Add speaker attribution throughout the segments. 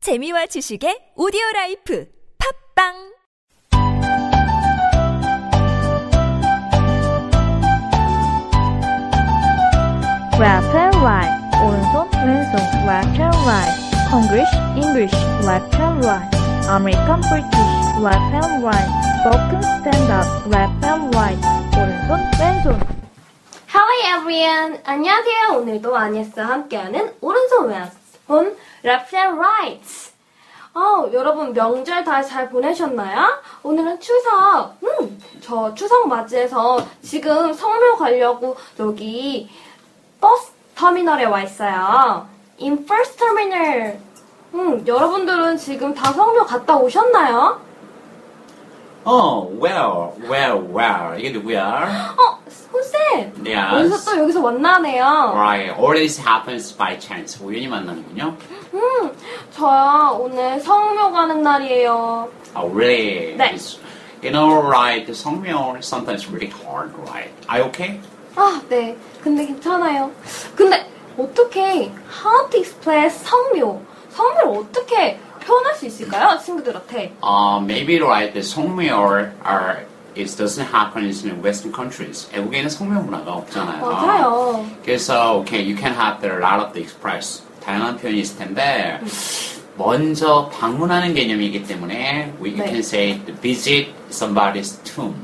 Speaker 1: 재미와 지식의 오디오 라이프 팝빵
Speaker 2: Water right, 오른손 왼손 Water right, Konglish English Water right, American British Water right, Spoken Stand Up Water right, 오른손 왼손
Speaker 3: Hi everyone! 안녕하세요. 오늘도 아니스와 함께하는 오른손 왼손 Left and Right. 어, 여러분 명절 다 잘 보내셨나요? 오늘은 추석. 음, 저 추석 맞이해서 지금 성묘 가려고 여기 버스 터미널에 와 있어요. In first terminal. 음, 여러분들은 지금 다 성묘 갔다 오셨나요?
Speaker 4: 어, Oh, well, well, well. 이게 누구야?
Speaker 3: 어, 선쌤.
Speaker 4: Yes.
Speaker 3: 여기서 또 여기서 만나네요.
Speaker 4: Right. All this happens by chance. 우연히 만나는군요.
Speaker 3: 음, 저요 오늘 성묘 가는 날이에요.
Speaker 4: Oh, really?
Speaker 3: 네.
Speaker 4: It's- You know, right? 성명 sometimes really hard, right? Are you okay?
Speaker 3: 아, 네. 근데 괜찮아요. 근데 어떻게 how to explain 성묘? 성묘를 어떻게 표현할 수 있을까요, 친구들한테?
Speaker 4: Uh, maybe right. The 성명 are it doesn't happen in Western countries. 외국에는 성명 문화가 없잖아요.
Speaker 3: 맞아요.
Speaker 4: 그래서 okay, you can have there are a lot of the express 다양한 표현이 있을 텐데 먼저 방문하는 개념이기 때문에 we you
Speaker 3: 네.
Speaker 4: can say visit somebody's tomb.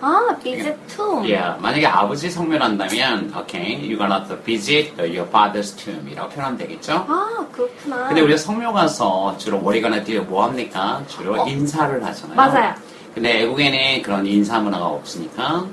Speaker 3: 아, visit tomb.
Speaker 4: Yeah, 만약에 아버지 성묘한다면 okay, you gonna have to visit your father's tomb이라고 표현하면 되겠죠?
Speaker 3: 아, 그렇구나.
Speaker 4: 근데 우리가 성묘 가서 주로 머리 가나 뒤에 뭐 합니까? 주로
Speaker 3: 어.
Speaker 4: 인사를 하잖아요.
Speaker 3: 맞아요.
Speaker 4: 근데 외국에는 그런 인사 문화가 없으니까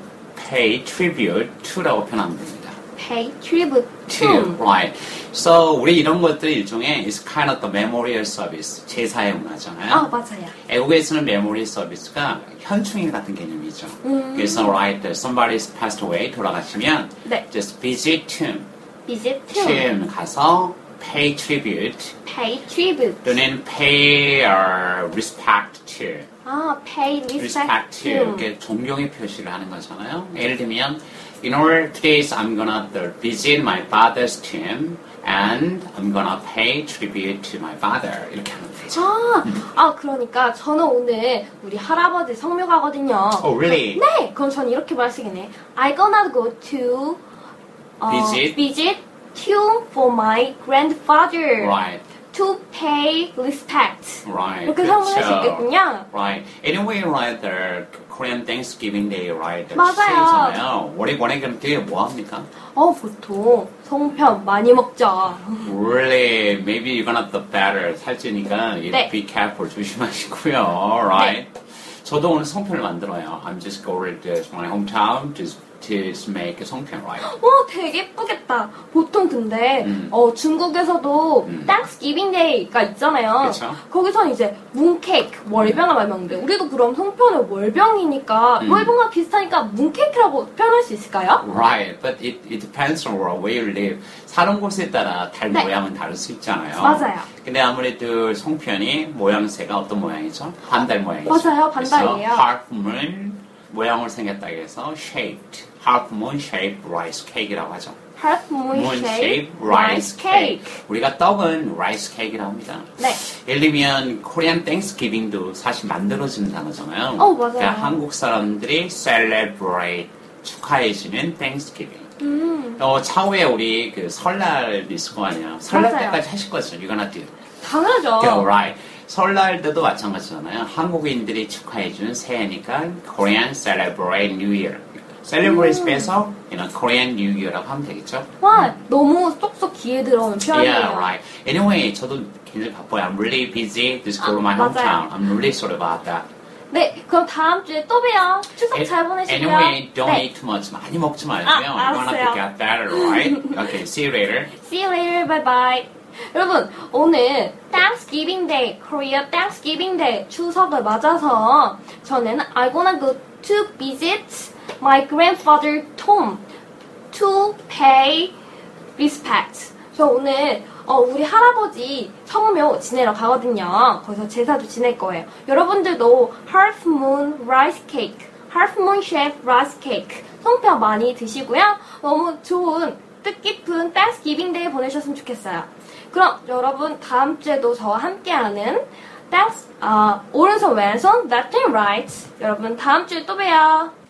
Speaker 4: pay tribute to라고 표현하면 됩니다.
Speaker 3: pay tribute
Speaker 4: to,
Speaker 3: tomb.
Speaker 4: right? So 우리 이런 것들이 일종의 is kind of the memorial service 제사의 문화잖아요.
Speaker 3: 아, 맞아요.
Speaker 4: 애국에서는 메모리 서비스가 현충일 같은 개념이죠. 그래서 right, somebody's passed away 돌아가시면
Speaker 3: 음. 네.
Speaker 4: just visit tomb,
Speaker 3: visit tomb.
Speaker 4: tomb 가서 pay tribute
Speaker 3: pay tribute.
Speaker 4: 또는 pay or respect to,
Speaker 3: 아, pay respect
Speaker 4: respect to
Speaker 3: tomb.
Speaker 4: 이렇게 존경의 표시를 하는 거잖아요. 예를 들면 in order today's I'm gonna visit my father's tomb and I'm gonna pay tribute to my father 이렇게 하면 되죠.
Speaker 3: 아, 아, 그러니까 저는 오늘 우리 할아버지 성묘 가거든요.
Speaker 4: Oh really?
Speaker 3: 네, 그럼 전 이렇게 말 쓰겠네. I gonna go to 어,
Speaker 4: Visit.
Speaker 3: visit tomb for my grandfather
Speaker 4: Right.
Speaker 3: to pay respect.
Speaker 4: Right.
Speaker 3: 이렇게
Speaker 4: 그렇죠.
Speaker 3: 사용할 수 있겠군요.
Speaker 4: Right. Anyway, right, the Korean Thanksgiving Day, right? the
Speaker 3: 맞아요.
Speaker 4: 세일이잖아요. 월에 원에 그럼 뒤에 뭐 합니까?
Speaker 3: 어, 보통 송편 많이 먹죠.
Speaker 4: 원래 maybe you're gonna the better 살찌니까 you
Speaker 3: 네.
Speaker 4: be careful 조심하시고요. Right. 저도 오늘 성편을 만들어요. I'm just going to my hometown to to make a 성편, right?
Speaker 3: 어, 되게 예쁘겠다. 보통 근데
Speaker 4: 음.
Speaker 3: 어, 중국에서도 Thanksgiving Day가 있잖아요.
Speaker 4: 그쵸. 네.
Speaker 3: 거기서 이제 문케이크, 월병을 많이 먹는데 우리도 그럼 송편은 월병이니까
Speaker 4: 음.
Speaker 3: 월병과 비슷하니까 문케이크라고 표현할 수 있을까요?
Speaker 4: Right, but it, it depends on where where you live. 사는 곳에 따라 달
Speaker 3: 네.
Speaker 4: 모양은 다를 수 있잖아요.
Speaker 3: 맞아요.
Speaker 4: 근데 아무래도 송편이 모양새가 어떤 모양이죠? 반달 모양이죠.
Speaker 3: 맞아요, 반달이에요.
Speaker 4: 그래서 half moon 모양으로 생겼다 해서 shaped, half moon shaped rice cake이라고 하죠.
Speaker 3: Half moon,
Speaker 4: moon
Speaker 3: shape,
Speaker 4: shaped rice cake.
Speaker 3: cake.
Speaker 4: 우리가 떡은 rice cake이라고 합니다.
Speaker 3: 네.
Speaker 4: 예를 들면 코리안 땡스기빙도 사실 만들어진 단어잖아요.
Speaker 3: 어, 맞아요.
Speaker 4: 그러니까 한국 사람들이 celebrate 축하해주는 땡스기빙.
Speaker 3: 음,
Speaker 4: 어, 차후에 우리 그 설날 있을 거 아니야. 설날
Speaker 3: 맞아요.
Speaker 4: 때까지 하실 거죠. 이거나 뛰어.
Speaker 3: 당연하죠.
Speaker 4: right. 설날 때도 마찬가지잖아요. 한국인들이 축하해주는 새해니까 Korean Celebrate New Year.
Speaker 3: 음.
Speaker 4: Celebrate 빼서 you know, Korean New Year라고 하면 되겠죠.
Speaker 3: 와, 너무 쏙쏙 귀에 들어오는 표현이에요.
Speaker 4: Yeah, right. Anyway, 저도 굉장히 바빠요. I'm really busy. This go to my
Speaker 3: 아,
Speaker 4: hometown.
Speaker 3: 맞아요.
Speaker 4: I'm really sorry about that.
Speaker 3: 네, 그럼 다음 주에 또 봬요. 추석 잘 보내시고요.
Speaker 4: Anyway, don't
Speaker 3: 네,
Speaker 4: eat too much. 많이 먹지
Speaker 3: 아,
Speaker 4: 말고요. You're gonna have to
Speaker 3: 알았어요.
Speaker 4: get better, right? okay, see you later.
Speaker 3: see you later, bye bye. 여러분, 오늘 Thanksgiving Day, Korea Thanksgiving Day 추석을 맞아서 저는 I gonna go to visit my grandfather Tom to pay respect. 저 오늘 어, 우리 할아버지 성묘 지내러 가거든요. 거기서 제사도 지낼 거예요. 여러분들도 half moon rice cake, half moon shape rice cake 송편 많이 드시고요. 너무 좋은 뜻깊은 Thanksgiving Day 보내셨으면 좋겠어요. 그럼 여러분 다음 주에도 저와 함께하는 Thanks, 아, 오른손 왼손 left and right 여러분 다음 주에 또 봬요.